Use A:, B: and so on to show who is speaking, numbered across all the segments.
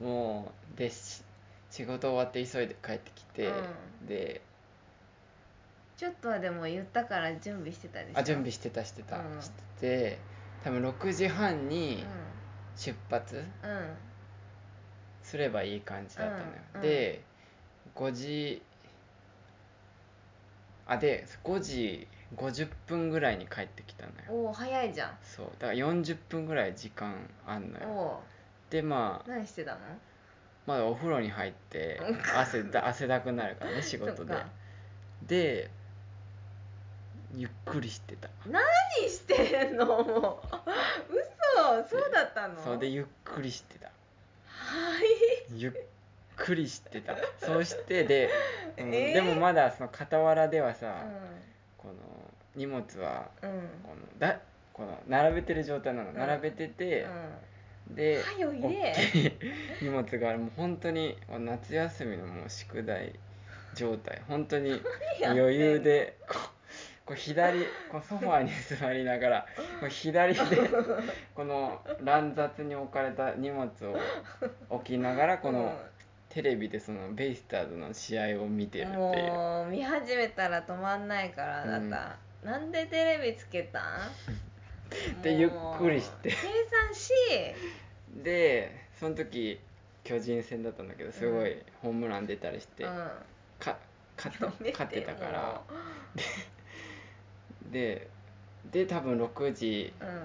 A: もうでし仕事終わって急いで帰ってきて、
B: う
A: で
B: ちょっとはでも言ったから準備してたでしょ
A: あ準備してたしてた、
B: うん
A: してて多分6時半に
B: う
A: 出発
B: んうん
A: すればいい感じだったのよ、
B: うんうん
A: で5時あで5時50分ぐらいに帰ってきたのよ
B: おお早いじゃん
A: そうだから40分ぐらい時間あんの
B: お
A: よ
B: お
A: でまあ
B: 何してたの
A: まだお風呂に入って
B: うん
A: 汗だ汗だくなるからね仕
B: そ
A: 事
B: っ
A: で
B: か
A: でゆっくりしてた
B: 何してんのもう 嘘そうだったの
A: そうでゆっくりしてた
B: はい
A: ゆっくりしてたそうして で、うん
B: えー
A: でもまだその傍らではさ、
B: う
A: この荷物は
B: んうん
A: このだこの並べてる状態なの、
B: うん
A: 並べてて、
B: う
A: で
B: んはよ入
A: 大
B: れ
A: きい荷物があるもう本当に夏休みのもう宿題状態本当に
B: やってんの
A: 余裕でこうこう左こうソファーに座りながらこう左でこの乱雑に置かれた荷物を置きながらこのテレビでそのベイスターズの試合を見てるっていう
B: もう見始めたら止まんないからあなた、なんでテレビつけたん
A: でゆっくりして
B: もう計算し
A: でその時巨人戦だったんだけどすごいホームラン出たりして、
B: うん
A: か勝った
B: やめて
A: 勝ってたからでで多分6時
B: もううん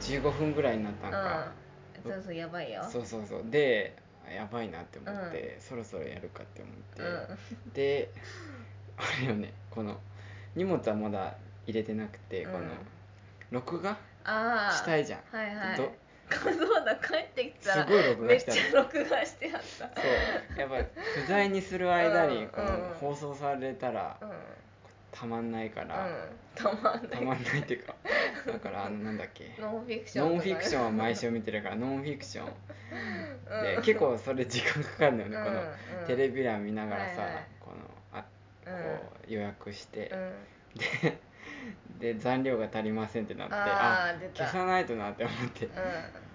A: 15分ぐらいになったんか、
B: うんそうそうやばいよ
A: そうそうそうでやばいなって思って、そろそろやるかって思
B: うん
A: って、であれよねこの荷物はまだ入れてなくて、この
B: うん
A: 録画
B: ああ
A: したいじゃん
B: はいはい
A: ど
B: そうだ帰ってきたら
A: すごい録
B: め
A: 画
B: っ
A: し
B: ち
A: たの
B: ゃ録画してあった
A: そうやっぱ不在にする間
B: う
A: に
B: ん
A: こ
B: うん
A: の放送されたら
B: うん、うん、
A: たまんないから、
B: たまんな
A: た
B: い
A: まんないっていうかだからあのなんだっけ
B: ノンフィクション
A: ノン
B: とか
A: フ
B: ね
A: ィクションは毎週見てるからノンフィクションで
B: うん
A: 結構それ時間かかるんだよね、この
B: うんうん
A: テレビ欄見ながらさ、
B: はいはい
A: このあこ
B: うん
A: う予約して
B: う、ん
A: で残量が足りませんってなって
B: あー出た
A: 消さないとなって思って、
B: う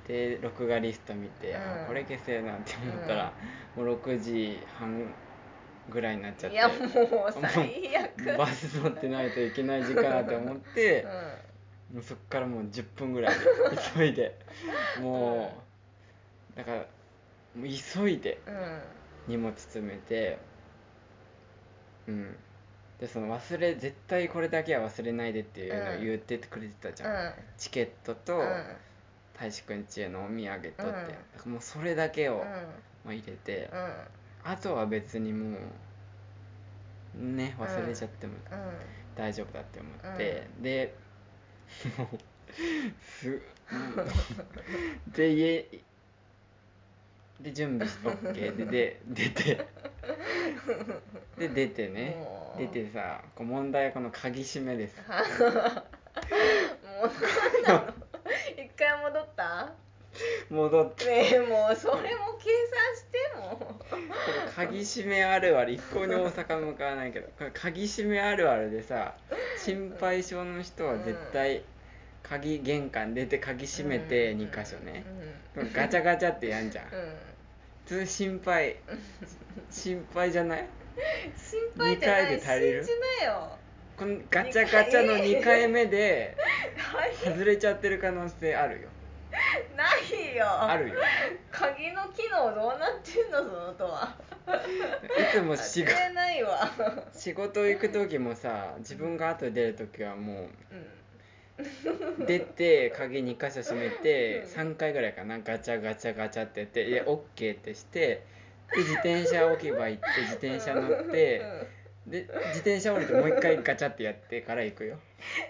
A: で録画リスト見て、あ
B: うん
A: これ消せるなって思ったら、もう6時半ぐらいになっちゃっ
B: ん、い
A: て
B: やもう最悪
A: バス乗ってないといけない時間だと思って、もうそっからもう10分ぐらいで急いでもうだからもう急いで
B: うんうん
A: 荷物詰めてうんでその忘れ絶対これだけは忘れないでっていうのを言ってくれてたじゃん、
B: う
A: チケットと
B: ん
A: 大志くんちへのお土産とって、
B: うん
A: だからもうそれだけを
B: うん
A: もう入れて
B: う、ん
A: あとは別にもうね忘れちゃっても
B: うん
A: 大丈夫だって思って、でもうすで家で準備して OK でで出てで出てね
B: もう
A: 出てさこう問題はこの鍵閉めです
B: もう何なの一回戻った
A: 戻って
B: ねえもうそれも計算しても
A: この鍵閉めあるある一向に大阪向かわないけどこれ鍵閉めあるあるでさ心配性の人は絶対鍵玄関出て鍵閉めて2箇所ねガチャガチャってやんじゃん
B: うん、うん
A: 普通心配心配じゃない
B: 心配じゃない
A: 二回で足りる
B: 信じなよ
A: このガチャガチャの2回目で
B: はい
A: 外れちゃってる可能性あるよ
B: ないよ
A: あるよ
B: 鍵の機能どうなってんのそのとはい
A: つも仕
B: 知
A: 事
B: れないわ
A: 仕事行く時もさ自分が後で出る時はも
B: うん
A: う出て鍵2箇所閉めて3回ぐらいかなガチャガチャガチャってやって「いや OK」ってしてで自転車置き場行って自転車乗ってで自転車降りてもう1回ガチャってやってから行くよ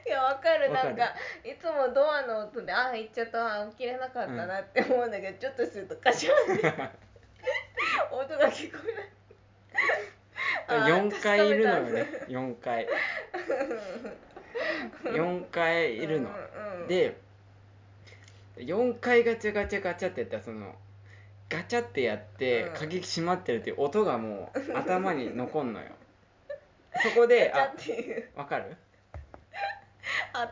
B: いやわかる
A: わか
B: な
A: る
B: んかいつもドアの音でああ行っちゃったあ起きれなかったなって思うんだけど、ちょっとするとカシャ ンって音が聞こえないあー
A: 4回いるのよね
B: 確
A: 4回4回いるの
B: うんうん
A: で4回ガチャガチャガチャってやったらそのガチャってやって
B: うん
A: 鍵閉まってるっていう音がもう頭に残んのよそこで
B: だ
A: あ
B: っていう
A: わかる
B: 頭ア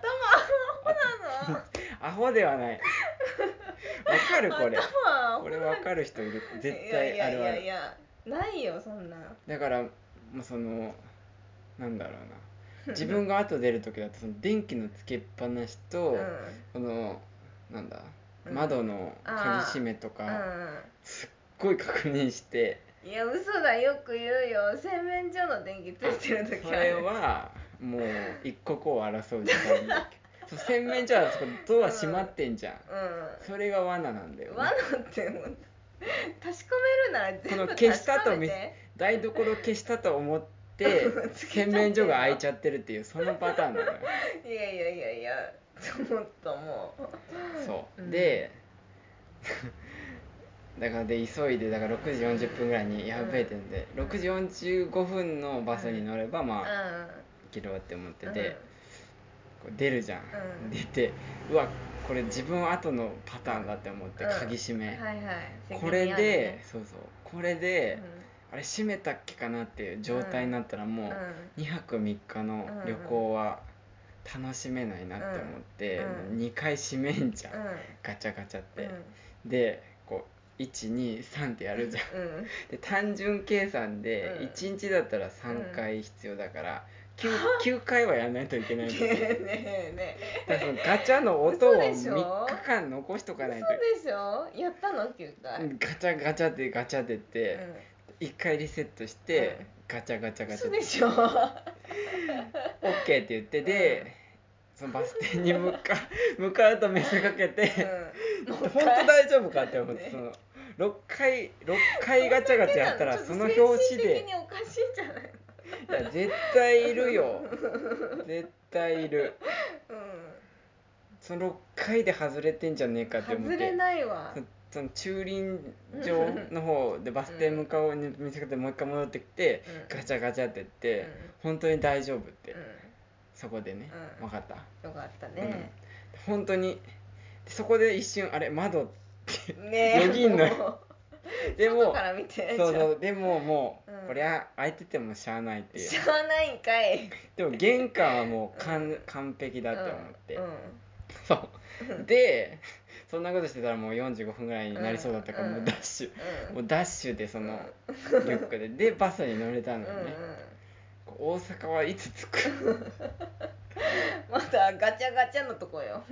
B: ホなの
A: アホではないか るこれ
B: 頭
A: これ分かる人いる絶対あるあ
B: いやいやいやい
A: る
B: やないよそんな
A: だからもうそのなんだろうな自分が後出る時だとその電気のつけっぱなしと、
B: うん
A: このなんだ
B: うん
A: 窓の鍵閉めとか、
B: う
A: すっごい確認して、
B: んいや嘘だよく言うよ洗面所の電気ついてる時
A: そ
B: あ
A: れ
B: る
A: はもう一刻を争う時間 だそう洗面所はそこドア閉まってんじゃん、
B: う
A: それが罠なんだよ、
B: ん
A: ね、
B: 罠ってもう確かめるなら
A: こ
B: 全
A: の
B: 部
A: 消した
B: 確
A: と
B: かめ
A: 見
B: て
A: 台所消したと思って洗面所が開いちゃってるっていうそのパターンなのよ
B: いやいやいやいやちょっとも
A: そう、
B: うん
A: で だからで急いでだから6時40分ぐらいにやべえってんで、6時45分のバスに乗れば
B: うう
A: まあ
B: ん
A: 行けるわって思って
B: うん
A: て、こう出るじゃん、
B: うん
A: 出てうわこれ自分後のパターンだって思って
B: うん
A: 鍵閉め、
B: はいはい
A: これで、
B: 責任あるね
A: そうそうこれで、あれ閉めたっけかなっていう状態になったら
B: う
A: も
B: んうん
A: う2泊3日の旅行は楽しめないなって思って、
B: うんうん
A: 2回閉めんじゃん、
B: うん
A: ガチャガチャっ
B: う
A: て、
B: ん
A: でこう123ってやる じゃん
B: うん
A: で単純計算で
B: うん
A: 1日だったら3回必要だから、九 9, 回はやらないといけない
B: ね
A: の
B: え
A: だ
B: ねえね
A: か
B: え
A: らそのガチャの音を
B: 嘘
A: 3
B: でしょ
A: 日間残しとかないと
B: 嘘でしょやったの9回、
A: うんガチャガチャってガチャってって、1回リセットして、
B: うん
A: ガチャガチャガチ
B: 嘘
A: ャ
B: でしょ
A: オッケーって言ってで、そのバス停に向か 向かうと見せかけて、
B: うんもう
A: 本当大丈夫かって思って、
B: ね
A: その6回六回ガチャガチャやったらその表紙
B: ちょっと精神的
A: で
B: におかしいんじゃない
A: いや絶対いるよ絶対いるその6回で外れてんじゃねえかって
B: うん
A: 思っ
B: 外れ
A: て
B: ないわ
A: そその駐輪場の方でバス停向かうに見せかけてもう一回戻ってきて、
B: うん
A: ガチャガチャって言って、
B: うん
A: 本当に大丈夫って、
B: う
A: そこでね、
B: うん
A: 分かった、
B: んよかったね、
A: うん、本当にそこで一瞬あれ窓って
B: ねえ
A: よぎんのよ
B: もう
A: でも
B: 外から見て
A: そう
B: じゃあ
A: そうでももう、
B: うん
A: こりゃ開いててもしゃあないっていう
B: しゃあないんかい
A: でも玄関はもう完,、
B: う
A: 完璧だって思って、
B: うんうん
A: そうでそんなことしてたらもう45分ぐらいになりそうだったから、
B: うん
A: もうダッシュ、
B: うん
A: もうダッシュでそのリュックででバスに乗れたのね
B: うん、
A: こう大阪はいつ着く
B: うんまだガチャガチャのとこよ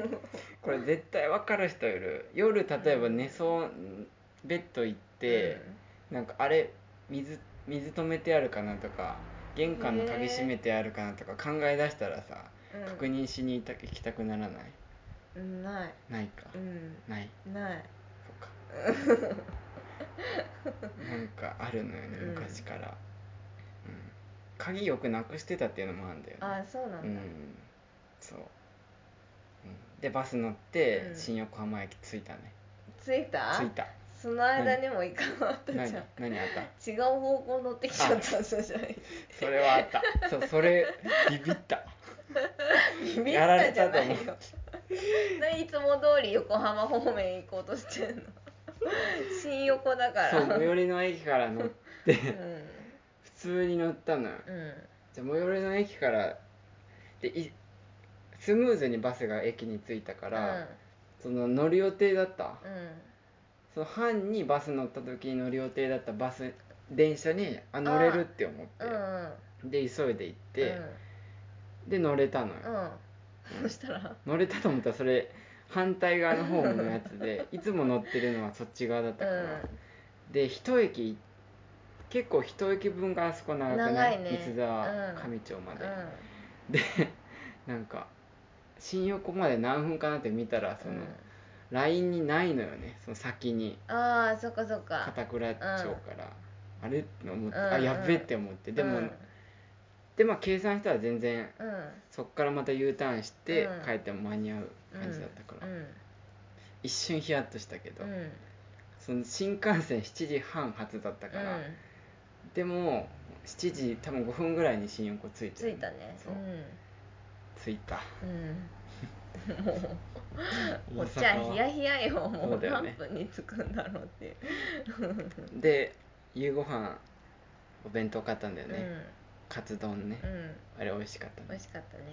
A: これ絶対分かる人いる夜例えば寝そうベッド行って、なんかあれ水水止めてあるかなとか玄関の鍵閉めてあるかなとか考え出したらさ、
B: うん
A: 確認しに行った行きたくならない
B: うんない
A: ないか、
B: うん
A: ない
B: ない
A: そっかなんかあるのよね
B: うん
A: 昔から、うん鍵よくなくしてたっていうのもあるんだよね
B: あそうな
A: うん
B: だ、
A: んそう、うん、でバス乗って
B: うん
A: 新横浜駅着いたね、
B: 着いた
A: 着いた
B: その間にも行かなかったじゃん
A: 何何あった
B: 違う方向乗ってきちゃったんじゃない
A: それはあったそうそれビビった
B: ビビっ
A: やられ
B: たじ
A: た
B: ゃ
A: と
B: な
A: 思
B: いうよ何いつも通り横浜方面行こうとしてんの新横だから
A: そう最寄りの駅から乗って
B: うん
A: 普通に乗ったのよ
B: うん
A: じゃあ最寄りの駅からでいスムーズにバスが駅に着いたから、その乗る予定だった
B: うんうん
A: その班にバス乗った時に乗る予定だったバス電車にあ乗れるって思
B: うん
A: っ
B: うん
A: てで急いで行って、で乗れたのよ、
B: うんうんそしたら
A: 乗れたと思ったらそれ反対側のホームのやつ でいつも乗ってるのはそっち側だったから、で一駅結構一駅分があそこ長くない
B: 長いね
A: 三沢
B: うん
A: 上町まで、
B: う
A: でなんか新横まで何分かなって見たらそ
B: ん
A: の
B: うん
A: LINE にないのよねその先に
B: ああそっかそっか
A: 片倉町から、あれって思って、
B: うん
A: あやっべって思ってでも、
B: うん
A: でまあ計算したら全然
B: うん
A: そっからまた U ターンして
B: うん
A: 帰っても間に合う感じだったから、
B: うん
A: 一瞬ヒヤッとしたけど、
B: うん
A: その新幹線7時半発だったから、
B: うん
A: でも7時多分5分ぐらいに新横着いて
B: 着
A: る
B: いたね
A: そう着いた
B: うんうんもうこっちは
A: 大阪は
B: ヒヤヒヤよも
A: そう
B: う
A: だよ
B: 何
A: ね
B: 分に着くんだろうっていう
A: で夕ご飯お弁当買ったんだよ
B: う
A: ね、カツ丼ね
B: んうん
A: あれ美味しかった
B: 美
A: ね
B: 味しかったね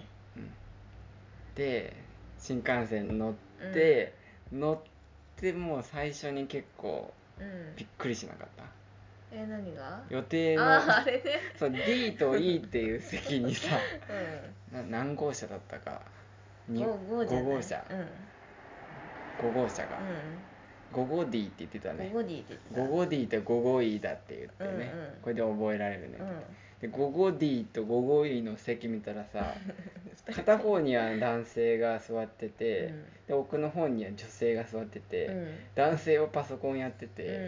A: で新幹線乗って、乗っってもう最初に結構
B: うん
A: びっくりしなかった
B: え何が
A: 予定の
B: あああれね
A: そう D と E っていう席にさ
B: うん
A: な何号車だったかに
B: 五号じゃない
A: 号車
B: うん、
A: 5号車が5号 D って言ってた
B: うん、
A: ね
B: 五号 D って
A: 5
B: 言って
A: 号 D と5号 E だって言ってね
B: うんうん
A: これで覚えられるね
B: た、うん、
A: で5号 D と5号 E の席見たら さ片方には男性が座ってて、で奥の方には女性が座ってて、
B: うん
A: 男性はパソコンやってて、
B: う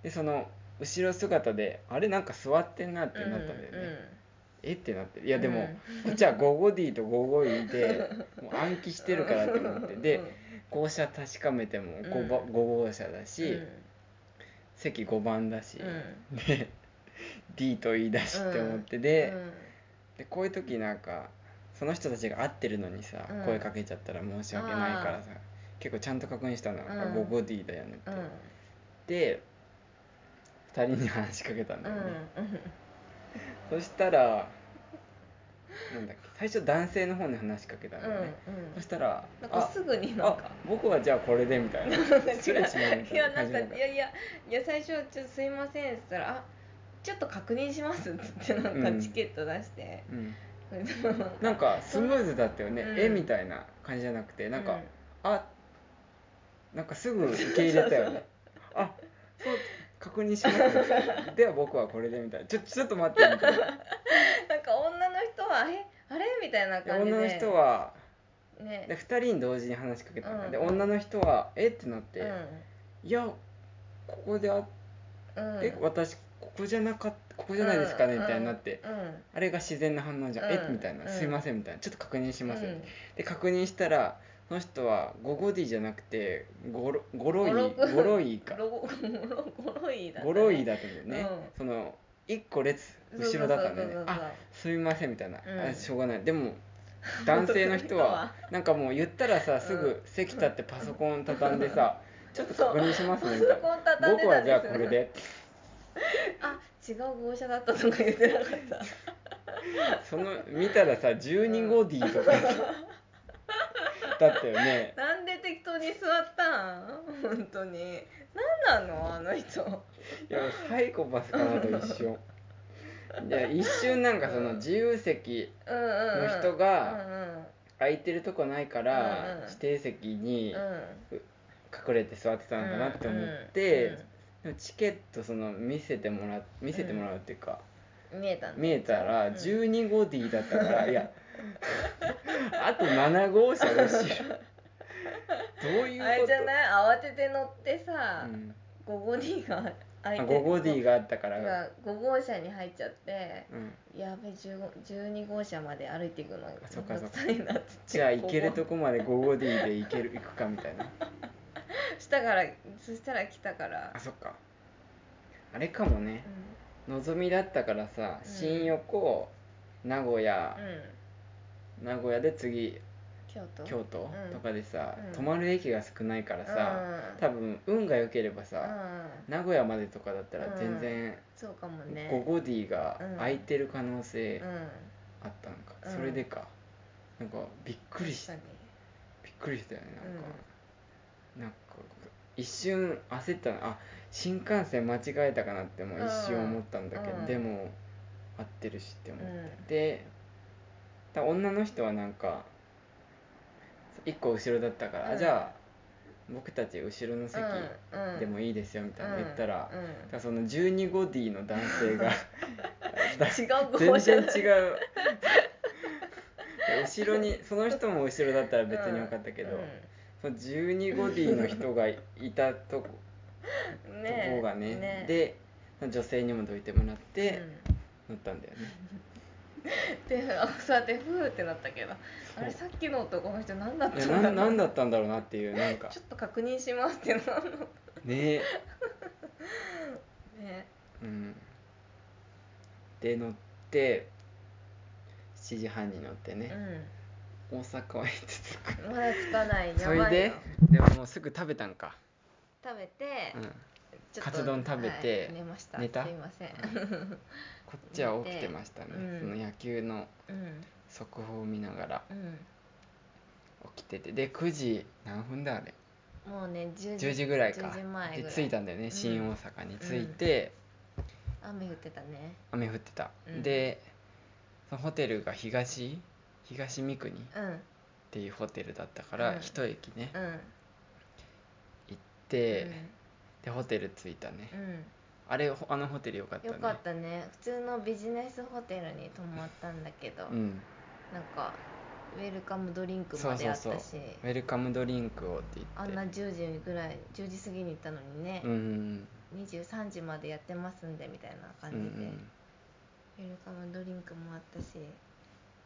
B: ん
A: でその後ろ姿であれなんか座ってんなってなったんだよね、えってなっていやでも、こっちは 55D と 55E でもう暗記してるからと思ってで号車確かめても 5, ば
B: うん
A: 5号車だ
B: うん
A: し、席5番だし、
B: うん
A: で D と E だしって思ってで,、でこういう時なんかその人たちが合ってるのにさ、
B: うん
A: 声かけちゃったら申し訳ないからさ結構ちゃんと確認したのが
B: うん
A: 55D だよねって、
B: うんうん
A: で2人に話しかけたんだ
B: う
A: よね、
B: ん
A: そしたらなんだっけ最初男性の方に話しかけたんだよね、
B: うん
A: そしたら
B: なんかすぐになんか
A: あ僕はじゃあこれでみたい な失礼しまいみ
B: い
A: たい
B: や
A: な
B: な
A: 感じ
B: んか
A: ない
B: やいやいや最初ちょっとすいませんっつったらあちょっと確認しますっつってなんかチケット出して、
A: うん、
B: うん、なんか
A: なんかスムーズだったよね、
B: うん
A: えみたいな感じじゃなくてなんか、あなんかすぐ受け入れた よねあそう確認しましたでは僕はこれでみたいなちょちょっと待ってみたいな
B: なんか女の人はえあれみたい な
A: で
B: 感じで
A: 女の人は
B: ね
A: で2人に同時に話しかけたんだよ、
B: うん
A: で女の人はえってなって、
B: う
A: いやここであ
B: んうん
A: え私ここじゃなかったここじゃないですかね、みたいになって、
B: うんうん
A: あれが自然な反応じゃん、
B: うん
A: えみたいな、
B: うん
A: すいませんみたいなちょっと確認します、
B: うん
A: で確認したらその人はゴゴディじゃなくてゴロゴロイ
B: ゴロゴ
A: ゴロイか
B: ゴロ ゴロゴロイだったね
A: ゴロイだったんだよね、
B: うん
A: その1個列後ろだったんだよね
B: そうそうそうそう
A: あすみませんみたいな、
B: うん
A: あしょうがないで も男性の人はなんかもう言ったらさす
B: うん
A: ぐ席立ってパソコン畳んでさ、ちょっと確認します
B: パ
A: ね
B: ソ
A: みたい
B: コン
A: な
B: 畳んで
A: 僕
B: た
A: は
B: ん
A: じ
B: です
A: ゃあこれで
B: あ違う号車だったとか言ってなかった
A: その見たらさ12号 D とかだったよね
B: なんで適当に座ったん本当に何なのあの人
A: いやサイコパスかなと一瞬いや一瞬なんかその自由席
B: うんうんうん
A: の人が空いてるとこないか
B: うんうん
A: ら指定席
B: うん
A: に
B: うんうん
A: 隠れて座ってたのかなって思って、
B: うんうん
A: でもチケットその見せてもら見せてもらうっていうか、
B: うん見えたんだ
A: 見えたら
B: うん
A: 12号 D だった から、いやあと7号車後ろどういうこと
B: あれじゃない慌てて乗ってさ、
A: うん
B: 5号 D が相
A: あ
B: 手
A: 5号 D があったから、
B: が5号車に入っちゃって
A: うん、
B: やべ15 12号車まで歩いていくの
A: あそっかそっか
B: めんどくさいなって
A: じゃあ行けるとこまで5号 D で行ける行くかみたい な
B: したからそしたら来たから
A: あ、そっかあれかもね
B: う
A: のぞみだったからさ
B: うん
A: 新横名古屋
B: ん、うん、
A: 名古屋で次
B: 京都
A: 京都
B: うん
A: とかでさ、
B: うん
A: 泊まる駅が少ないからさ、
B: うん、
A: 多分運が良ければ
B: う
A: さ、
B: ん、
A: 名古屋までとかだったら全然
B: そうかもね
A: 5号 D が空いてる可能
B: う
A: 性
B: ん確
A: あったのか、
B: うん
A: それでかなんかびっくりし
B: かに
A: びっくりしたよねなんか、なんか一瞬焦ったのあ新幹線間違えたかなってもう一瞬思ったんだけど、
B: うん
A: でも合ってるしって思
B: う
A: っ
B: ん
A: て、でた女の人はなんか一個後ろだったから、
B: うん
A: じゃあ僕たち後ろの席
B: うんうん、
A: でもいいですよみたいな言ったら、
B: うんうん
A: だからその12号 D の男性 がだ
B: 違う号
A: 全
B: 車
A: 然違う で後ろにその人も後ろだったら別に分かったけど、その12ゴディの人がいたとこ
B: うん
A: と
B: ね
A: こがね
B: ね
A: で女性にもどいてもらっ
B: う
A: て、乗ったんだよ ね
B: ん、であそうやってふーってなったけどあれさっきの男の人何だっ
A: いや
B: たん
A: な
B: だ
A: ん
B: ろ
A: な
B: うん
A: だったんだろうなっていうなんか
B: ちょっと確認しますってなんの
A: ね
B: ね
A: うんで乗って7時半に乗ってね、大阪は行ってつく
B: うんまだつかないや
A: そ
B: ばい
A: れ
B: よ
A: ででももうすぐ食べたんか、
B: 食べて、
A: うん、
B: ちょっと
A: カツ丼食べて
B: はい寝ました
A: 寝た
B: すいません
A: こっちは起きてましたね、
B: うん
A: その野球の
B: うん
A: 速報を見ながら
B: うん
A: 起きててで9時何分だあれ
B: もうね10時
A: 10時ぐらいか
B: 10時前ぐ
A: で
B: らい
A: 着いたんだよね、
B: うん
A: 新大阪に着いて、
B: 雨降ってたね
A: 雨降ってた、
B: うん
A: でそのホテルが東東三国っ
B: うん
A: ていうホテルだったか
B: う
A: ら
B: ん
A: 一駅ね、行っ
B: うん
A: て、でホテル着いたね、
B: うん、うん
A: あれほあのホテルよかった
B: よ
A: ね
B: かったね普通のビジネスホテルに泊まったんだけど、
A: うん、
B: なんかウェルカムドリンクまであったし
A: そうそうそウェルカムドリンクをって言って
B: あんな10時ぐらい10時過ぎに行ったのにね
A: う、ん
B: 23時までやってますんでみたいな
A: う
B: 感
A: んう
B: じで、
A: ん
B: ウェルカムドリンクもあったし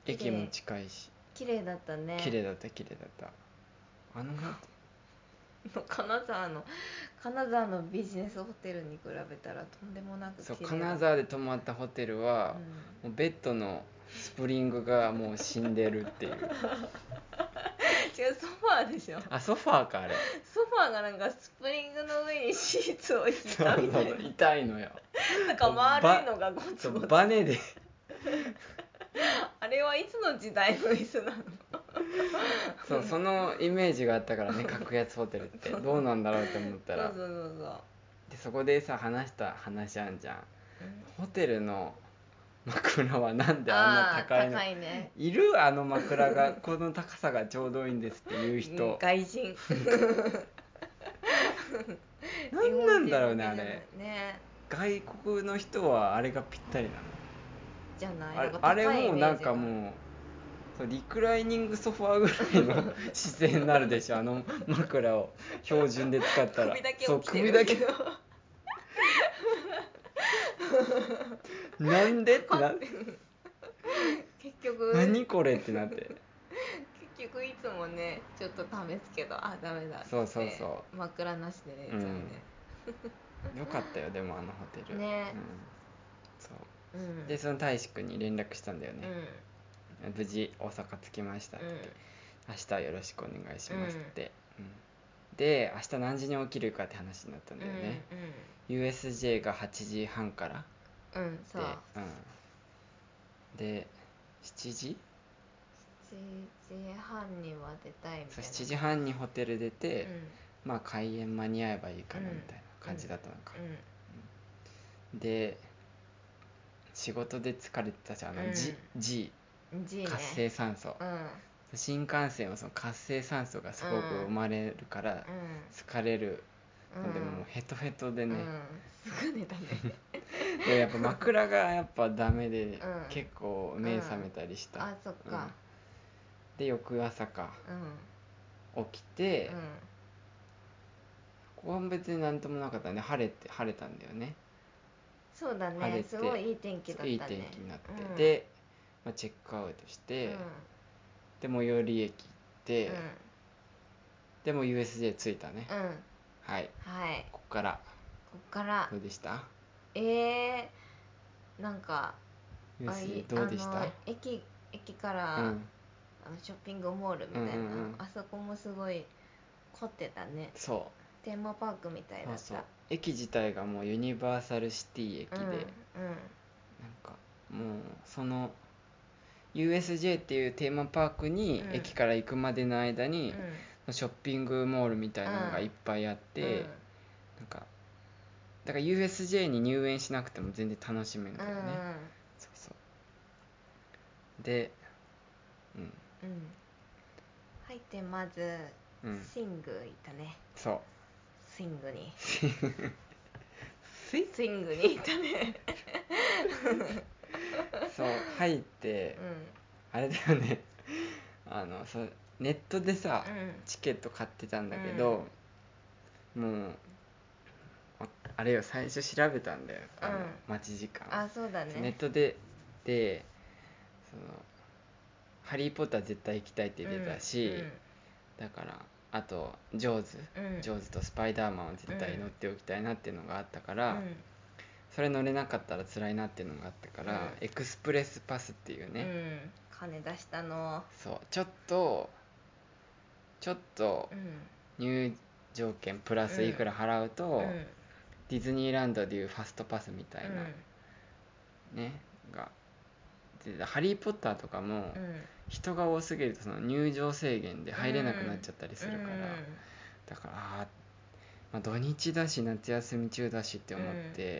B: 綺麗
A: 駅も近いし
B: 綺麗だったね
A: 綺麗だった綺麗だったあのホテル
B: 金沢の金沢のビジネスホテルに比べたらとんでもなく
A: そう
B: 綺麗だ
A: 金沢で泊まったホテルは、もうベッドのスプリングがもう死んでるって いう
B: うん、違うソファーでしょ
A: あソファーかあれ
B: ソファーがなんかスプリングの上にシーツを引い
A: そう
B: た
A: そ
B: み
A: う
B: た
A: そ
B: いな
A: う痛いのよ
B: なんか丸いのがゴ
A: そ
B: ツゴ
A: う
B: ツ
A: バネで
B: あれはいつの時代の椅子なの
A: そうそのイメージがあったからね格安ホテルってどうなんだろうと思ったら
B: そうそうそうそう
A: でそこでさ話した話あんじゃんホテルの枕はなんであんな高い
B: ー
A: の
B: 高いね
A: いるあの枕が この高さがちょうどいいんですっていう
B: うん
A: 人
B: 外人
A: 何なんだろうねあ
B: 日本人向けじゃない
A: れ
B: ね
A: 外国の人はあれがぴったりなの
B: じゃない
A: あれ
B: なんか
A: あれ
B: 高いイメー
A: もう
B: ジが
A: なんかもうそうリクライニングソファーぐらい の姿勢になるでしょあの枕を標準で使ったら
B: 首だけ
A: そう
B: 起きて
A: 首
B: る
A: だけ なんで ってな
B: 結局
A: 何これってなって
B: 結局いつもねちょっと試すけどあダメだっつって
A: そうそうそ
B: 枕なしで寝ちゃうね、
A: よかったよでもあのホテル
B: ね
A: うん、そ
B: うん
A: うでその大志くんに連絡したんだよ
B: うん
A: ね、無事大阪着きましたって、明日よろしくお願いしますって、うんで明日何時に起きるかって話になったんだよね、USJ が8時半から
B: うんうん、うん、
A: で
B: そう、
A: うん、で7時
B: 7時半には出たいみ
A: そ
B: たいうな
A: 7時半にホテル出て、
B: う
A: まあ開演間に合えばいいかな
B: うん
A: みたいな感じだったのか、
B: んうん
A: で仕事で疲れてたじゃんあの、
B: うん
A: G, G
B: じいね
A: 活性酸素、
B: うんうん
A: 新幹線はその活性酸素がすごく生まれるから疲れる、
B: うん
A: でももうヘトヘトで
B: う
A: ね、
B: ん、すぐ 寝たね
A: でもやっぱ枕がやっぱダメで、
B: ん
A: 結構目覚めたりした、
B: あそっ
A: うん
B: か
A: で翌朝か
B: うんうん
A: 起きて、ここは別になんともなかったね晴れて晴れたんだよね
B: そうだ
A: 晴れ
B: ね
A: て
B: すごいいい天気だったね
A: いい天気になって、
B: うん
A: で、まあ、チェックアウトし
B: うん
A: て、で最寄り駅行って、でもう USJ 着いたね、
B: うんうん
A: はい
B: はい
A: ここから
B: こっから
A: どうでした
B: えー、なんかあい
A: USJ どうでし
B: あ
A: た
B: の駅駅から、
A: うん
B: あのショッピングモールみたい
A: う
B: な、
A: んうんうん
B: あそこもすごい凝ってたね
A: そ
B: テーマパークみた
A: う
B: い
A: そ
B: だ
A: う
B: った
A: そう駅自体がもうユニバーサルシティ駅で、
B: うん、うん、
A: なんかもうその USJ っていうテーマパークに
B: うん
A: 駅から行くまでの間に、
B: うん
A: ショッピングモールみたいなのがいっぱいあって、なんかだから USJ に入園しなくても全然楽しめるん
B: う
A: だ
B: ん
A: よね、そうそうでうん
B: うんうん入ってまず、
A: うん
B: スイング行ったね
A: そう
B: スイングに
A: スイッ
B: スイングに行ったね
A: そう入って
B: う
A: あ
B: ん
A: れだよね あのそうネットでさ、
B: うん
A: チケット買ってたんだけど、もうああれよ最初調べたんだよあの、
B: うん
A: 待ち時間
B: あそうだ
A: ネッ
B: ね
A: トででその「ハリー・ポッター」絶対行きたいって出たし、だからあと「ジョーズ」
B: うんうん、
A: ジョーズとスパイダーマンを絶対乗っておきたいなっていうのがあったから、それ乗れなかったら辛いなっていうのがあったから、
B: うん
A: エクスプレスパスっていう
B: うん、う
A: ね、
B: ん、金出したの
A: そうちょっとちょっと
B: うん
A: 入場券プラスいくら払うと、
B: うん
A: ディズニーランドでいうファストパスみたいな
B: うん
A: ね、がでハリー・ポッター」とかも
B: うん
A: 人が多すぎるとその入場制限で入れなくなっちゃったりするから、
B: うん
A: だだからあー、まあ、土日だし夏休み中だしって思って、